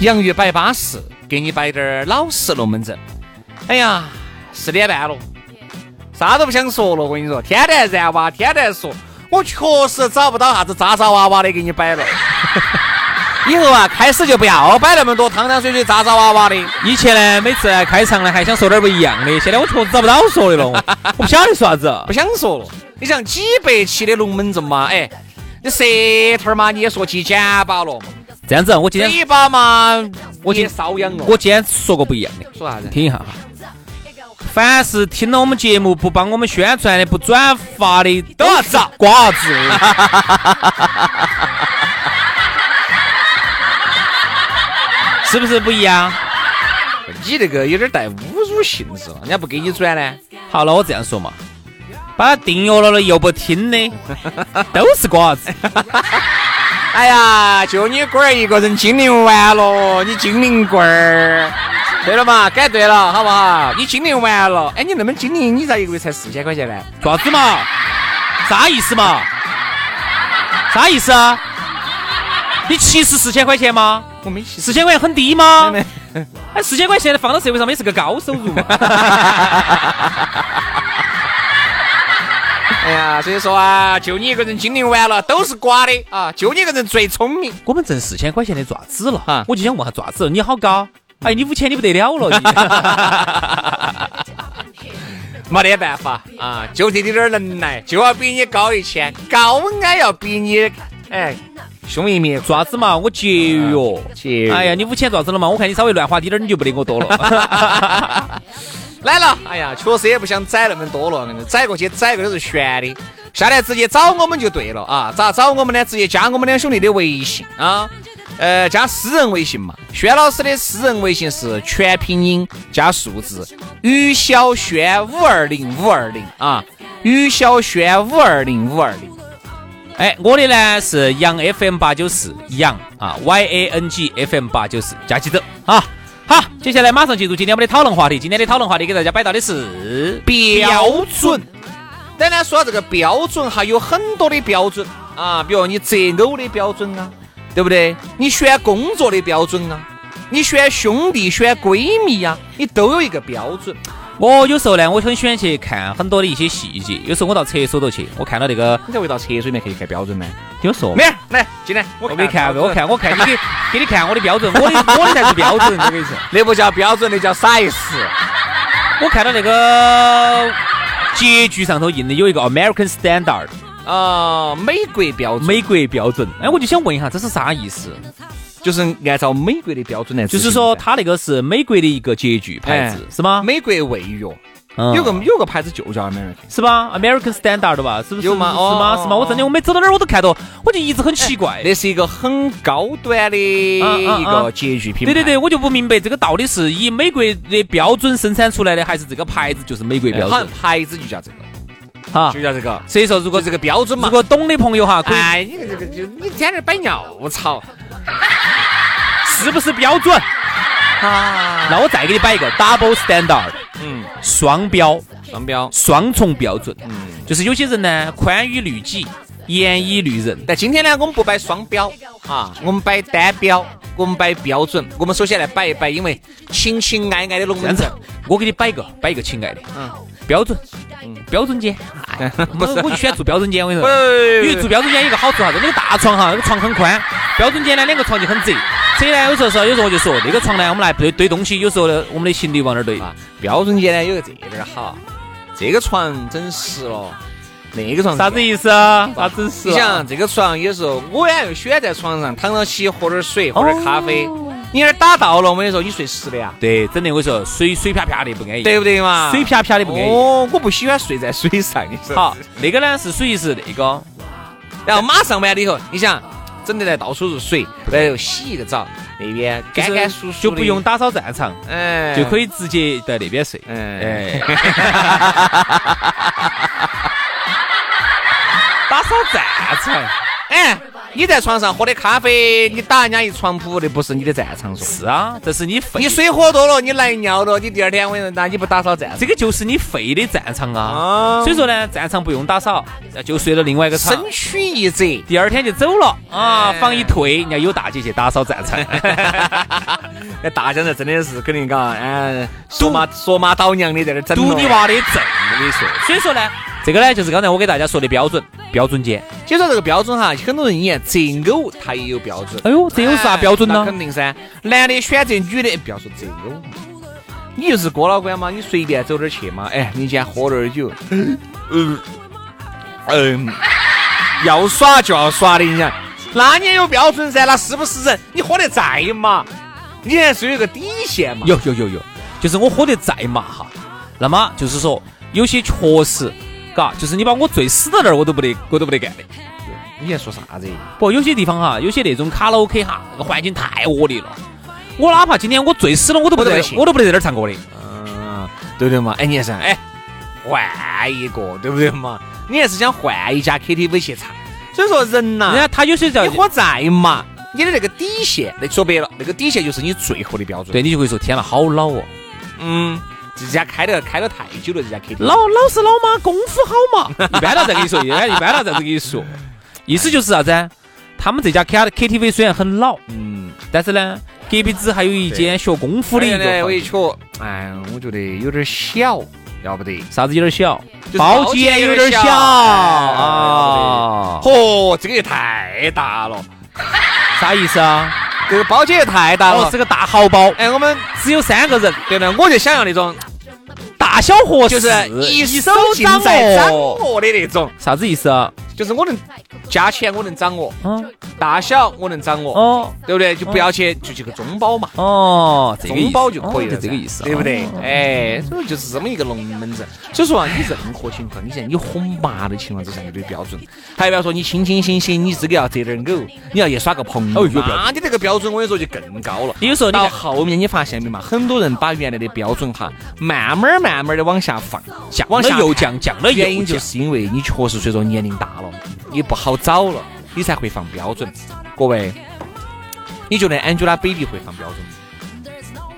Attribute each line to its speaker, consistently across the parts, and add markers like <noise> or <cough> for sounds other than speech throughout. Speaker 1: 洋芋摆巴适，给你摆点儿老实龙门阵。哎呀，四点半了，啥都不想说了。我跟你说，天天燃哇，天天说，我确实找不到啥子渣渣哇哇的给你摆了。
Speaker 2: <laughs>
Speaker 1: 以后啊，开始就不要摆那么多汤汤水水、渣渣哇哇的。
Speaker 2: 以前呢，每次开场呢还想说点不一样
Speaker 3: <laughs>
Speaker 2: 的，现在我确实找不到说的了，我我不晓得说啥子。
Speaker 1: 不想说了。你像几百期的龙门阵嘛，哎，你舌头儿嘛你也说起茧巴了，
Speaker 2: 这样子，我今天
Speaker 1: 嘴巴嘛
Speaker 2: 我
Speaker 1: 也
Speaker 2: 今
Speaker 1: 瘙痒了。
Speaker 2: 我今天说个不一样的，
Speaker 1: 说啥子？
Speaker 2: 听一下哈。凡是听了我们节目不帮我们宣传的、不转发的，
Speaker 1: 都要
Speaker 3: 啊
Speaker 1: 遭
Speaker 2: 瓜子。是不是不一样？
Speaker 1: 你这个有点带侮辱性质了，人家不给你转呢。
Speaker 2: 好了，我这样说嘛，把它订阅了的又不听的，都是瓜子。
Speaker 1: 哎呀，就你龟儿一个人精灵完了，你精灵龟儿。对了嘛，改对了，好不好？你精灵完了，哎，你那么精灵，你咋一个月才四千块钱呢？
Speaker 2: 爪子嘛？啥意思嘛？啥意思啊？你歧视四千块钱吗？
Speaker 1: 我没去
Speaker 2: 四千块钱很低吗
Speaker 1: 没？
Speaker 2: 哎，四千块钱放到社会上面是个高收入嘛？啊
Speaker 1: 哎呀，所以说啊，就你一个人精灵完了，都是瓜的啊，就你一个人最聪明。
Speaker 2: <laughs> 我们挣四千块钱的爪子了
Speaker 1: 哈
Speaker 2: 我就想问下爪子，你好高？哎，你五千你不得了了，你
Speaker 1: 没得办法啊，就这点儿能耐，就要比你高一千，高矮要比你哎凶一米。
Speaker 2: 爪子嘛，我节约。
Speaker 1: 去
Speaker 2: 哎呀，你五千爪子了嘛？我看你稍微乱花滴点儿，你就不得我多 <laughs> 了。
Speaker 1: 来了，哎呀，确实也不想宰那么多了，宰过去宰个都是悬的。下来直接找我们就对了啊！咋找我们呢？直接加我们两兄弟的微信啊，呃，加私人微信嘛。轩老师的私人微信是全拼音加数字，于小轩五二零五二零啊，于小轩五二零五二零。
Speaker 2: 哎，我的呢是杨 FM 八九四杨啊，Y A N G F M 八九四加起走啊。好，接下来马上进入今天我们的讨论话题。今天的讨论话题给大家摆到的是
Speaker 1: 标准。当然，说到这个标准哈，有很多的标准啊，比如你择偶的标准啊，对不对？你选工作的标准啊，你选兄弟、选闺蜜呀、你都有一个标准。
Speaker 2: 我哦有时候呢，我很喜欢去看很多的一些细节。有时候我到厕所头去，我看到那个，
Speaker 1: 你在回到厕所里面可以看标准呢？
Speaker 2: 听我说
Speaker 1: 没，有，来进来，
Speaker 2: 我没看，我看，我看，你给给你看我的标准，我的我的才是标准，我跟你说。
Speaker 1: 那不叫标准，那叫 size。
Speaker 2: 我看到那个结局上头印的有一个 American Standard
Speaker 1: 啊、美国标准，
Speaker 2: 美国标准，哎，我就想问一下，这是啥意思？
Speaker 1: 就是按照美国的标准来执
Speaker 2: 就
Speaker 1: 行的，
Speaker 2: 是说，它那个是美国的一个洁具牌子，
Speaker 1: 哎
Speaker 2: 是吗？
Speaker 1: 美国卫药
Speaker 2: 嗯
Speaker 1: 有个有个牌子就叫 American。
Speaker 2: 是吧？American Standard 吧？是不是？
Speaker 1: 有吗
Speaker 2: 是
Speaker 1: 哦
Speaker 2: 吗？
Speaker 1: 哦
Speaker 2: 是吗？我真的我每走到哪儿我都看到，我就一直很奇怪。
Speaker 1: 那是一个很高端的
Speaker 2: 啊
Speaker 1: 一
Speaker 2: 啊
Speaker 1: 个洁具品牌。
Speaker 2: 对对对，我就不明白这个到底是以美国的标准生产出来的，还是这个牌子就是美国
Speaker 1: 哎，
Speaker 2: 标
Speaker 1: 好像
Speaker 2: 准？
Speaker 1: 牌子就叫这个，
Speaker 2: 哈，
Speaker 1: 就叫这个，
Speaker 2: 哎所以说如
Speaker 1: 就
Speaker 2: 果
Speaker 1: 这个标准
Speaker 2: 如
Speaker 1: 嘛。
Speaker 2: 果懂的朋友哈，可以
Speaker 1: 哎，你这个就你天天摆尿槽
Speaker 2: 是不是标准？
Speaker 1: 啊！
Speaker 2: 那我再给你摆一个 Double Standard，
Speaker 1: 嗯，
Speaker 2: 双标。
Speaker 1: 双标。嗯
Speaker 2: 双重标准，就是有些人呢宽以律己，严以律人。
Speaker 1: 但今天呢，我们不摆双标啊，我们摆单标，我们摆标准。我们首先来摆一摆，因为情情爱爱的龙
Speaker 2: 这样
Speaker 1: 门
Speaker 2: 子
Speaker 1: 阵。，
Speaker 2: 我给你摆一个，摆一个，亲爱的，
Speaker 1: 嗯，
Speaker 2: 标准标准间，
Speaker 1: <laughs>
Speaker 2: 哎，我我就喜欢住标准间，我跟你说，因
Speaker 1: 喂
Speaker 2: 为住标准间有一个好处啥子？那个大床哈，那个床很宽，标准间呢两个床就很窄。所以呢，有时候说，有时候我就说，那个床呢，我们来堆堆东西，有时候呢，我们的行李往那儿堆。
Speaker 1: 啊，标准间呢有个这点儿好，这个床整实了，那个床
Speaker 2: 啥子意思啊？啥子是？
Speaker 1: 你想这个床有时候我呀又喜欢在床上躺到起喝点儿水，喝点儿咖啡。
Speaker 2: 哦
Speaker 1: 你那儿打到了，我跟你说，你睡死的呀，
Speaker 2: 对，整的我跟你说水水啪啪的不安逸，
Speaker 1: 对不对嘛？
Speaker 2: 水啪啪的不安逸。
Speaker 1: 哦，我不喜欢睡在水上，你说。
Speaker 2: 好，，那个呢是属于是那个，
Speaker 1: 然后马上完了以后，你想整得来到处是水，然后洗一个澡，那边干干
Speaker 2: 就是
Speaker 1: 舒舒
Speaker 2: 就不用，打扫战场，
Speaker 1: 哎，
Speaker 2: 就可
Speaker 1: 以，
Speaker 2: 以直接在那边睡。
Speaker 1: 哎， <laughs>
Speaker 2: 哎，打扫战场
Speaker 1: 哎，你在床上喝的咖啡，你打人家一床铺的，不是你的战场说。
Speaker 2: 是啊，这是你废，
Speaker 1: 你水喝多了，你来尿了，你第二天我跟你说，那你不打扫战
Speaker 2: 这
Speaker 1: 场，
Speaker 2: 个就是你废的战场啊。
Speaker 1: 啊
Speaker 2: 所以说呢，战场不用打扫，就睡到另外一个场
Speaker 1: 身。躯一折。
Speaker 2: 第二天就走了啊！
Speaker 1: 哎
Speaker 2: 房一退，人家有大姐去打
Speaker 1: <laughs>
Speaker 2: 扫战场。
Speaker 1: <laughs> 那大江人真的是肯定嘎，哎，说妈说妈倒娘的在那儿整
Speaker 2: 堵
Speaker 1: 了
Speaker 2: 你！娃的正，我跟你说。所以说呢，这个呢就是刚才我给大家说的标准标准间。
Speaker 1: 就说这个标准哈，很多人一言择偶他也有标准。
Speaker 2: 哎呦，这有啥标准
Speaker 1: 哎
Speaker 2: 呢
Speaker 1: 那？肯定噻，男的选择女的，不要说择偶，你就是哥老倌嘛，你随便走点儿去嘛，哎，你今天喝点儿酒， <laughs> 嗯嗯，要耍就要耍的，你想，那你也有标准噻，那是不是人？你喝得再嘛，你还是有一个底线嘛。
Speaker 2: 有有有有，就是我喝得再麻哈，那么就是说有些确实，嘎，就是你把我醉死到那儿，我都不得，我都不得干的。
Speaker 1: 你在说啥子？
Speaker 2: 不，有些地方啊哈，有些那种卡拉 OK 哈，那个环境太恶劣了。我哪怕今天我醉死了，我都不
Speaker 1: 我
Speaker 2: 得
Speaker 1: 都不，信
Speaker 2: 我都不得在那儿唱歌的。
Speaker 1: 嗯，对不对嘛？哎，你还是哎，换一个，对不对嘛？你还是想换一家 KTV 去唱。所以说人呐、
Speaker 2: 人家他有些叫
Speaker 1: 你，喝再嘛，你的那个底线，那说白了，那个底线就是你最后的标准。
Speaker 2: 对，你就会说天呐，好老哦，
Speaker 1: 嗯，这家开的开了太久了，这家 KTV。
Speaker 2: 老老是老嘛，功夫好嘛。一般了再跟你说，一般一般了再跟你说，意思就是啥子啊？他们这家 K K T V 虽然很老，
Speaker 1: 嗯，
Speaker 2: 但是呢，隔壁子还有一间学功夫
Speaker 1: 我
Speaker 2: 的
Speaker 1: 的
Speaker 2: 一个
Speaker 1: 哎我
Speaker 2: 房
Speaker 1: 一
Speaker 2: 间，
Speaker 1: 瞧，哎，我觉得有点小，要不得。
Speaker 2: 啥子有点小，
Speaker 1: 是
Speaker 2: 包
Speaker 1: 包
Speaker 2: 间
Speaker 1: 间
Speaker 2: 有
Speaker 1: 有
Speaker 2: 点
Speaker 1: 点
Speaker 2: 小
Speaker 1: 小哎
Speaker 2: 啊，
Speaker 1: 嚯、这个也太大了，
Speaker 2: 啥意思啊？
Speaker 1: 这个包间也太大了。
Speaker 2: 哦，是个大豪包，
Speaker 1: 哎哎，我们
Speaker 2: 只有三个人，
Speaker 1: 对了，我就想要那种，
Speaker 2: 大小合
Speaker 1: 就
Speaker 2: 适，
Speaker 1: 是一手尽
Speaker 2: 掌
Speaker 1: 在掌
Speaker 2: 握。
Speaker 1: 握的那种，
Speaker 2: 啥子意思啊？
Speaker 1: 就是我能价钱我能掌握，
Speaker 2: 嗯，
Speaker 1: 大小我能掌握，
Speaker 2: 哦
Speaker 1: 对不对？就不要去就去个中包嘛。
Speaker 2: 哦，这个意
Speaker 1: 中
Speaker 2: 思
Speaker 1: 包就可以
Speaker 2: 哦
Speaker 1: 了，
Speaker 2: 就这个意思，
Speaker 1: 对不对
Speaker 2: 哦？？
Speaker 1: 哎，所以就是这么一个龙门阵。所以说啊，你任何情况，你像你哄麻的情况之下，你都有标准。还有比方说，你亲亲亲亲，你这个要择点偶，你要去耍个朋友，
Speaker 2: 哦有标准
Speaker 1: 那你这个标准我跟你说就更高了。
Speaker 2: 你有时候你
Speaker 1: 到
Speaker 2: 看
Speaker 1: 后面你发现没嘛，很多人把原来的标准哈，慢慢儿慢慢的往下放，
Speaker 2: 降
Speaker 1: 往
Speaker 2: 了
Speaker 1: 下
Speaker 2: 又
Speaker 1: 看
Speaker 2: 降，降了
Speaker 1: 原
Speaker 2: 又
Speaker 1: 因就
Speaker 2: 降。
Speaker 1: 是因为你确实随着年龄大了，你不好找了，你才会放标准。各位，你觉得 Angelababy 会放标准吗？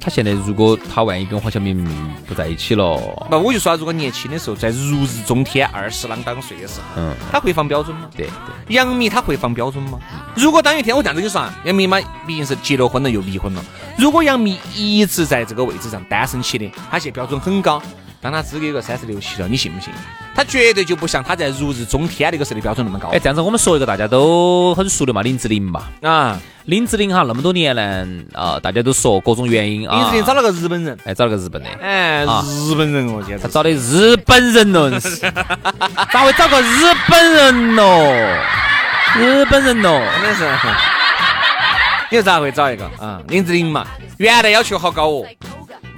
Speaker 2: 他现在如果他万一跟黄晓明不在一起了，
Speaker 1: 不，我就说啊，如果年轻的时候，在如日中天、二十啷当岁的时候，
Speaker 2: 嗯，
Speaker 1: 他会放标准吗？
Speaker 2: 对对，
Speaker 1: 杨幂她会放标准吗？如果当有一天我这样子跟你说啊，杨幂嘛，毕竟是结了婚了又离婚了。如果杨幂一直在这个位置上单身起的，她现在标准很高，当她资格有个三十六七了，你信不信？她绝对就不像她在如日中天那个时候的标准那么高
Speaker 2: 哎，这样子我们说一个大家都很熟的嘛，林志玲嘛。
Speaker 1: 啊！
Speaker 2: 林志玲哈，那么多年呢，啊，大家都说各种原因啊。
Speaker 1: 林志玲找了个日本人，
Speaker 2: 哎，找了个日本的，
Speaker 1: 哎，
Speaker 2: 啊
Speaker 1: 日本人哦，简
Speaker 2: 他
Speaker 1: 直
Speaker 2: 找的日本人喽，硬是 <laughs> 咋会找个日本人喽？日本人喽，
Speaker 1: 真的是。 <laughs> 你又咋会找一个啊？林志玲嘛，原来要求好高哦，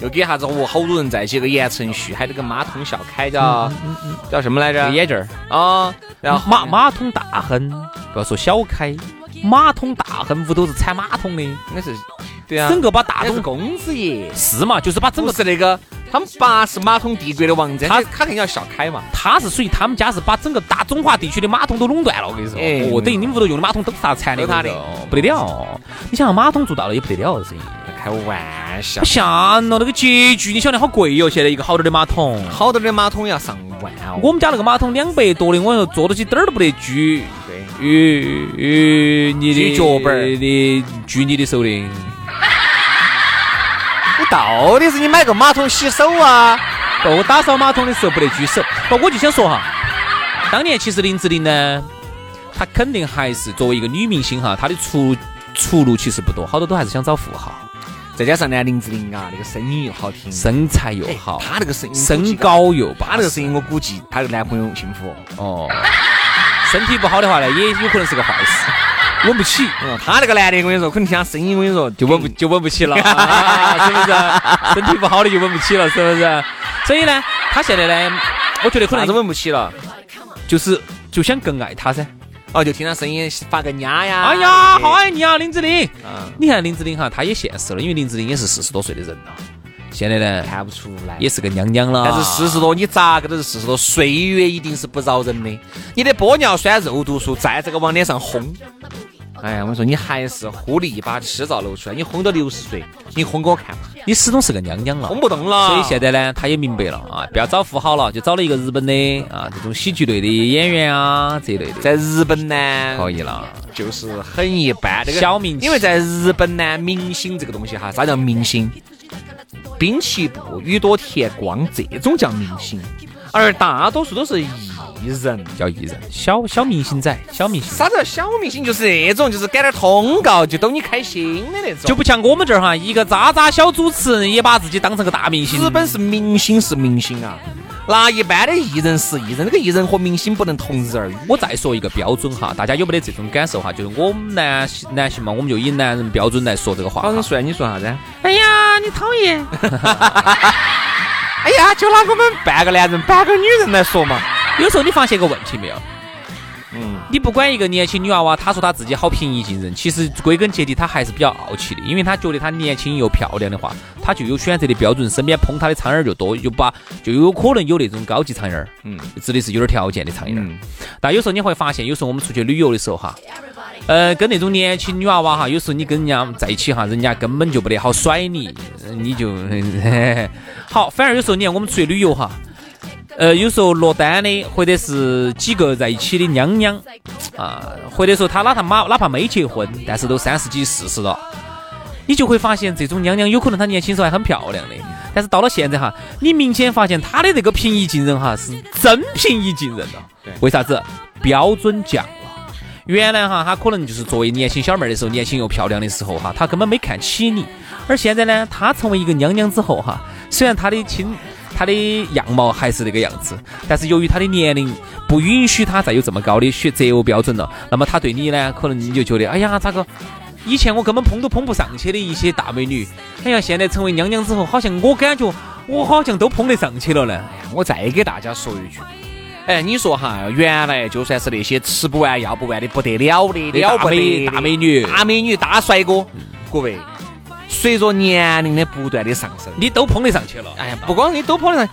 Speaker 1: 又给啥子哦，好多人在一起，个言承旭，还有那个马桶小开叫
Speaker 2: 嗯
Speaker 1: 叫什么来
Speaker 2: 这
Speaker 1: 着
Speaker 2: 个？眼镜儿，
Speaker 1: 啊，然后
Speaker 2: 马马桶大亨，不要说小开，马桶大亨屋都是铲马桶的，
Speaker 1: 那是对啊，
Speaker 2: 整个把大
Speaker 1: 那是
Speaker 2: 桶
Speaker 1: 公子爷，
Speaker 2: 是嘛，就是把整
Speaker 1: 不
Speaker 2: 个
Speaker 1: 是那个他们爸是马桶帝国的王者，
Speaker 2: 他
Speaker 1: 他他肯定要小开嘛。
Speaker 2: 他是属于他们家是把整个大中华地区的马桶都垄断了，我跟你说，
Speaker 1: 哎
Speaker 2: 哦，等于你们屋头用的马桶都是他铲的，
Speaker 1: 都他的
Speaker 2: 我跟你说不得了。你想马桶做到了也不得了，这
Speaker 1: 开玩笑
Speaker 2: 不，像哦了那个洁具，你晓得好贵哦哟、现在一个好点的马桶。
Speaker 1: 好多的马桶要上万哦。
Speaker 2: 我们家那个马桶两百多的，我说坐到起点儿都不得拘，
Speaker 1: 对
Speaker 2: 与与你的
Speaker 1: 拘脚板儿
Speaker 2: 的拘你的手的，
Speaker 1: 你到底是你买个马桶洗手啊，
Speaker 2: 不打扫马桶的时候不得拘手。不，我就想说哈，当年其实林志玲呢，她肯定还是作为一个女明星哈，她的出出路其实不多，好多都还是想找富豪，
Speaker 1: 再加上呢，林志玲啊，那个声音又好听，
Speaker 2: 身材又好，
Speaker 1: 哎她那个声音，
Speaker 2: 身，高又巴
Speaker 1: 她那
Speaker 2: 适
Speaker 1: 个声音，我估计她那个男朋友幸福。
Speaker 2: 哦，身体不好的话呢，也有可能是个坏事，稳不起。
Speaker 1: 嗯，她那个男的，我跟你说，可能听她声音，我跟你说
Speaker 2: 就稳不就稳不起了、 <laughs> 啊，是不是？身体不好的就稳不起了，是不是？所以呢，她现在呢，我觉得可
Speaker 1: 啥子
Speaker 2: 能
Speaker 1: 稳不起了。
Speaker 2: 就是就想更爱他噻。
Speaker 1: 哦，就听她声音发个呀呀。
Speaker 2: 哎呀，好爱你啊，林志玲！
Speaker 1: 嗯，
Speaker 2: 你看林志玲哈，她也现实了，因为林志玲也是四十多岁的人了，现在呢
Speaker 1: 看不出来。
Speaker 2: 也是个娘娘了。
Speaker 1: 但是四十多，你咋个都是四十多，岁月一定是不饶人的。你的玻尿酸、肉毒素再这个往脸上轰，哎呀，我说你还是糊里一把吃照露出来。你轰到六十岁，你轰给我看嘛，
Speaker 2: 你始终是个娘娘了，
Speaker 1: 轰不动了。
Speaker 2: 所以现在呢，他也明白了啊，不要找富豪了，就找了一个日本的啊，这种喜剧类的演员啊这一类的，
Speaker 1: 在日本呢，
Speaker 2: 可以了。
Speaker 1: 就是很一般。这个
Speaker 2: 小明
Speaker 1: 因为在日本呢，明星这个东西哈，啥叫明星？滨崎步、宇多田光这种叫明星，而大多数都是艺人。
Speaker 2: 叫艺人，小小明星仔，小明星。
Speaker 1: 啥子叫小明星？就是那种，就是赶点通告就逗你开心的那种。
Speaker 2: 就不像我们这儿哈，一个渣渣小主持人也把自己当成个大明星。
Speaker 1: 日本是明星是明星啊，那一般的艺人是艺人，那个艺人和明星不能同日而语。
Speaker 2: 我再说一个标准哈，大家有没得这种感受哈？就是我们男男性嘛，我们就以男人标准来说这个话哈。
Speaker 1: 帅，你说啥子？
Speaker 2: 哎呀，你讨厌！ <laughs>
Speaker 1: 哎呀，就拿我们半个男人半个女人来说嘛。
Speaker 2: 有时候你发现一个问题没有？
Speaker 1: 嗯，
Speaker 2: 你不管一个年轻女娃娃，她说她自己好平易近人，其实归根结底她还是比较傲气的，因为她觉得她年轻又漂亮的话，她就有选择的标准，身边捧她的苍蝇儿就多，就把就有可能有那种高级苍蝇儿，
Speaker 1: 嗯，
Speaker 2: 指的是有点条件的苍蝇儿。
Speaker 1: 嗯
Speaker 2: 但有时候你会发现，有时候我们出去旅游的时候哈，呃，跟那种年轻女娃娃哈，有时候你跟人家在一起哈，人家根本就不得好甩你，呃你就 <laughs> 好。反而有时候你看我们出去旅游哈，呃，有时候落单的或者是几个在一起的娘娘啊，或者说她哪怕妈哪怕没结婚，但是都三十几四十了。你就会发现，这种娘娘有可能她年轻时候还很漂亮的，但是到了现在哈，你明显发现她的这个平易近人哈，是真平易近人了。
Speaker 1: 对
Speaker 2: 为啥子？标准降了。原来哈，她可能就是作为年轻小妹儿的时候，年轻又漂亮的时候哈，她根本没看起你。而现在呢，她成为一个娘娘之后哈，虽然她的亲，她的样貌还是那个样子，但是由于她的年龄不允许她再有这么高的学择偶标准了，那么她对你呢，可能你就觉得，哎呀，咋个？以前我根本碰都碰不上去的一些大美女，哎呀，现在成为娘娘之后，好像我感觉我好像都碰得上去了呢。
Speaker 1: 我再给大家说一句，哎，你说哈，原来就算是那些吃不完、要不完的不得了的
Speaker 2: 那
Speaker 1: 了
Speaker 2: 大
Speaker 1: 不得
Speaker 2: 美
Speaker 1: 的
Speaker 2: 大美女，嗯
Speaker 1: 大美女、大帅哥，各位，随着年龄的不断的上升，
Speaker 2: 你都碰得上去了。
Speaker 1: 哎呀，不光你都跑得上，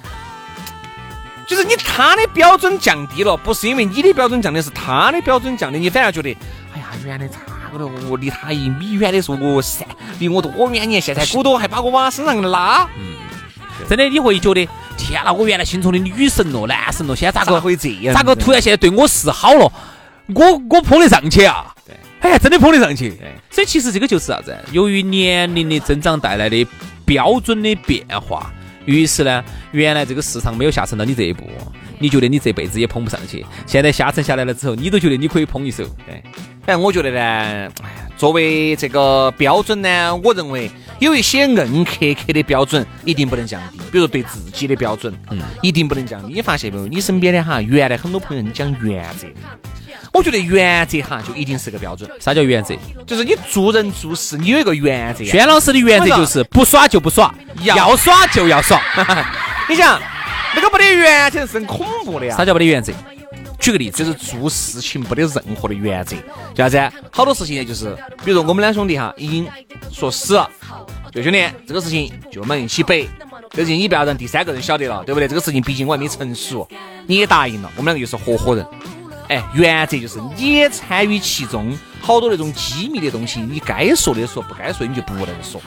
Speaker 1: 就是你他的标准降低了，不是因为你的标准降低，是他的标准降低，你反而觉得，哎呀，原来差个了，我离他一米远的时候，我噻，离我多远你看现在骨头还把我往身上拉，
Speaker 2: 真的你会觉得，天哪，我原来心中的女神咯、男神咯，现在咋
Speaker 1: 咋
Speaker 2: 个
Speaker 1: 会这样？
Speaker 2: 咋个突？然现在对我示好了？我我碰得上去啊！
Speaker 1: 对，
Speaker 2: 哎呀，真的碰得上去
Speaker 1: 对。
Speaker 2: 所以其实这个就是啥子？由于年龄的增长带来的标准的变化，于是呢，原来这个市场没有下沉到你这一步，你觉得你这辈子也碰不上去。现在下沉下来了之后，你都觉得你可以碰一手。
Speaker 1: 反正我觉得呢，哎呀作为这个标准呢，我认为有一些硬壳壳的标准一定不能降低，比如说对自己的标准，嗯，一定不能降低。你发现没有？你身边的哈，原来很多朋友你讲原则，我觉得原则哈就一定是个标准，
Speaker 2: 啥叫原则？
Speaker 1: 就是你做人做事你有一个原则。
Speaker 2: 轩老师的原则就是不耍就不耍，
Speaker 1: 要
Speaker 2: 要耍就
Speaker 1: <laughs>
Speaker 2: 要耍。
Speaker 1: 你想，那个没得原则是很恐怖的呀。
Speaker 2: 啥叫没得原则？
Speaker 1: 举个例子，就是做事情没得任何的原则，叫啥子？啊好多事情呢，就是比如说我们两兄弟哈，已经说死了，就兄弟，这个事情就我们一起背，这个事情你不要让第三个人晓得了，对不对？这个事情毕竟我还没成熟，你也答应了，我们两个又是合伙人，哎，原则就是你也参与其中，好多那种机密的东西，你该说的说，不该说的你就不能说。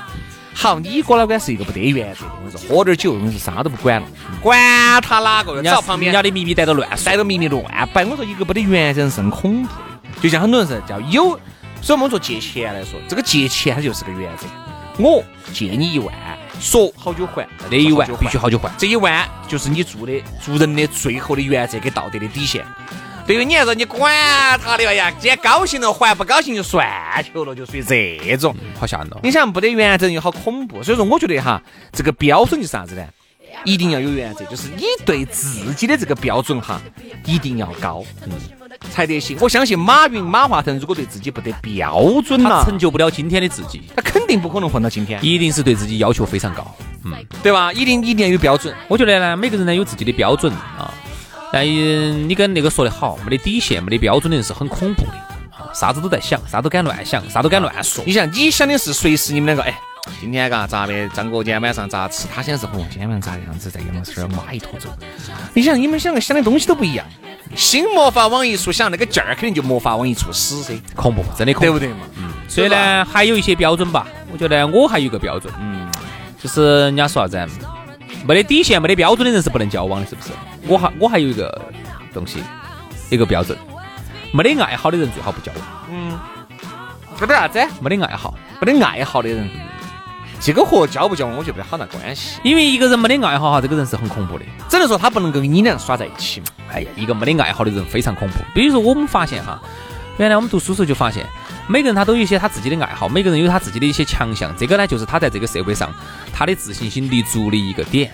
Speaker 1: 好，你哥老倌是一个不得原则的，我跟你说，喝点酒，我跟你说啥都不管了，管他哪个，只要旁边
Speaker 2: 人家的秘密逮到乱
Speaker 1: 逮
Speaker 2: 甩。
Speaker 1: 到迷迷乱摆。我说一个没得原则人是很恐怖的，就像很多人是叫有，所以我们说借钱来说，这个借钱它就是个原则。我借你一万，说好久还，
Speaker 2: 那一万
Speaker 1: 说好久
Speaker 2: 必须
Speaker 1: 还
Speaker 2: 好久还。
Speaker 1: 这一万就是你做的做人的最后的原则跟道德的底线。对于你来说，你管他的哎呀，今天高兴了还，不高兴就算球了，就属于这种。
Speaker 2: 好吓人哦！
Speaker 1: 你想不得原则又好恐怖，所以说我觉得哈，这个标准就是啥子呢？一定要有原则，就是你对自己的这个标准哈，一定要高，嗯，才得行。我相信马云、马化腾如果对自己不得标准呐、
Speaker 2: 他成就不了今天的自己，
Speaker 1: 他肯定不可能混到今天，
Speaker 2: 一定是对自己要求非常高。
Speaker 1: 对吧？一定一定要有标准。
Speaker 2: 我觉得呢，每个人呢有自己的标准啊。但呃你跟那个说的好，没得底线、没得标准的人是很恐怖的啊，啥子都在想，啥都敢乱想，啥都敢乱说
Speaker 1: 你。想，你想的是随时你们两个，哎，今天嘎咋的？张哥今天晚上咋吃？他想的是，哦，今天晚上咋样子？在杨老师骂一坨子。你想，你们两个想的东西都不一样，心莫法往一处想，那个劲儿肯定就没法往一处使噻，
Speaker 2: 恐怖，真的恐
Speaker 1: 对
Speaker 2: 怖
Speaker 1: 不。对嘛？嗯，
Speaker 2: 所以呢，还有一些标准吧。我觉得我还有一个标准，嗯，就是人家说啥子，啊没得底线、没得标准的人是不能交往的，是不是？我还我还有一个东西，一个标准，没得爱好的人最好不交往，
Speaker 1: 没得啥子，
Speaker 2: 没得爱好，
Speaker 1: 没得爱好的人，这个和交不交往，我觉得没得好大关系。
Speaker 2: 因为一个人没得爱好哈，这个人是很恐怖的。
Speaker 1: 只能说他不能够跟你俩耍在一起嘛。
Speaker 2: 哎呀，一个没得爱好的人非常恐怖。比如说，我们发现哈，原来我们读书时候就发现，每个人他都有一些他自己的爱好，每个人有他自己的一些强项。这个呢，就是他在这个社会上他的自信心立足的一个点。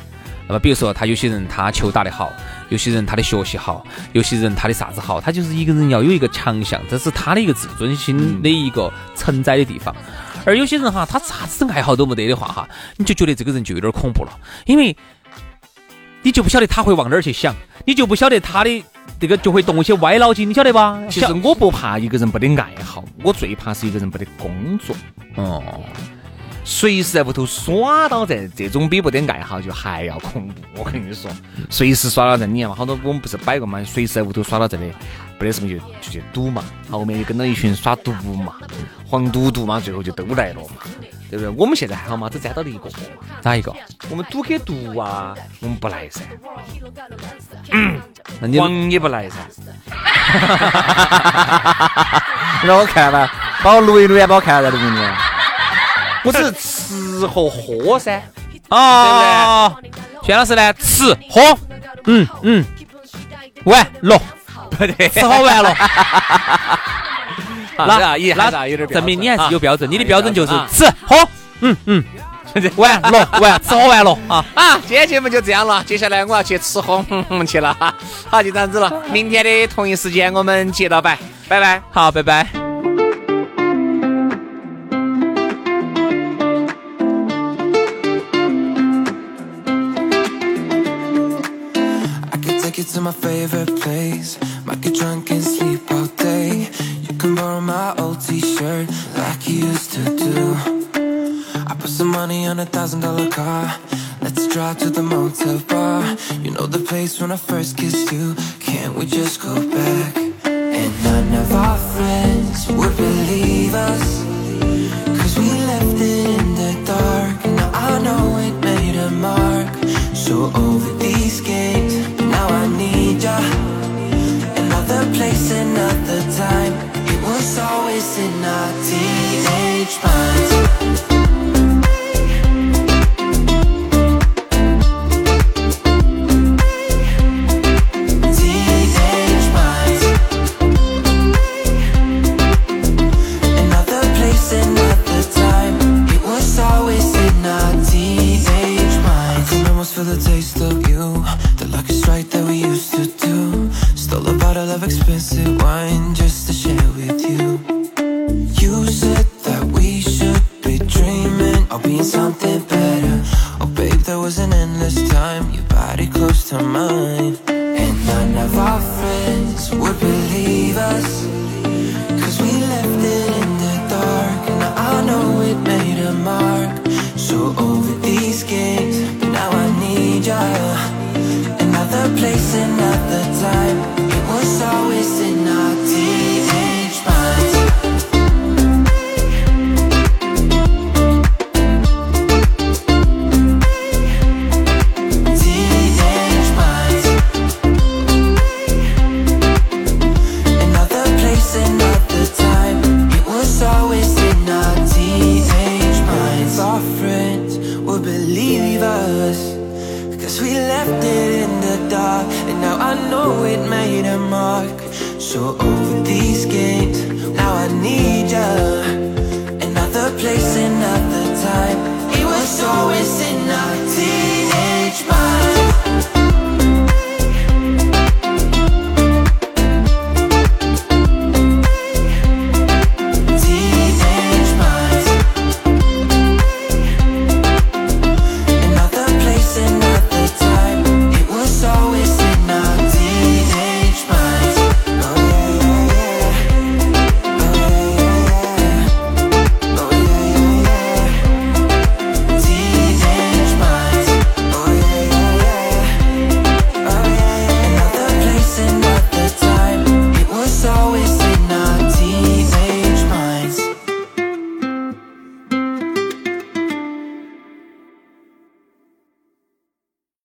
Speaker 2: 那么，比如说他有些人他球打得好，有些人他的学习好，有些人他的啥子好，他就是一个人要有一个强项，这是他的一个自尊心的一个承载的地方。而有些人哈，他啥子爱好都没得的话哈，你就觉得这个人就有点恐怖了，因为你就不晓得他会往哪儿去想，你就不晓得他的这个就会动一些歪脑筋，你晓得吧？
Speaker 1: 其实
Speaker 2: 像
Speaker 1: 我不怕一个人没得爱好，我最怕是一个人没得工作。
Speaker 2: 哦，
Speaker 1: 随时在屋头耍到在这种比不得爱好就还要恐怖。我跟你说，随时耍到在你看嘛，好多我们不是摆过嘛，随时在屋头耍到这里，没得什么就就去赌嘛，后面就跟到一群耍赌嘛、黄赌毒嘛，最后就都来了嘛，对不对？我们现在还好嘛，只沾到了一个嘛，
Speaker 2: 哪一个？
Speaker 1: 我们赌给毒啊，我们不来噻，
Speaker 2: 那你
Speaker 1: 嗯黄也不来 <laughs> 噻。让我看吧，把我录一录也把我看在录音里。我只是吃和喝噻。
Speaker 2: 哦，轩老师呢？吃喝，嗯嗯，玩乐，吃喝玩乐，
Speaker 1: 那那也还 <laughs> 是啊有点标准
Speaker 2: 证明你还
Speaker 1: 啊
Speaker 2: 是有标准，你的
Speaker 1: 有
Speaker 2: 标准就
Speaker 1: 标
Speaker 2: 是
Speaker 1: 准啊
Speaker 2: 吃喝，嗯嗯，玩乐玩吃喝玩乐啊。
Speaker 1: 啊，今天节目就这样了，接下来我要去吃红嗯去了哈。好，就这样子了，明天的同一时间我们接到摆，拜拜。
Speaker 2: 好，拜拜。
Speaker 4: I could take you to my favorite place. Might get drunk and sleep all day. You can borrow my old t-shirt like you used to do. I put some money on a thousand dollar car. Let's drive to the motel bar. You know the place when I first kissed you. Can't we just go back? And none of our friends would believe us. Cause we left it in the dark. Now I know it made a mark. So over these games, now I need ya. Another place, another time. It was always in our teenage minds. Teenage minds. Another place, another time. It was always in our teenage minds. I can almost feel the taste of you. The lucky strike that we used to do. Stole a bottle of expensive wine just to share with you. You said that we should be dreaming of being something better. Oh, babe, there was an endless time. Your body close to mine. And none of our friends would believe us. Cause we left it in the dark And I know it made a mark So over these games Now I need ya Another place, another time It was always in our teenage minds Teenage minds so over these games. Now I need you. Another place in Oh, Oh, Oh,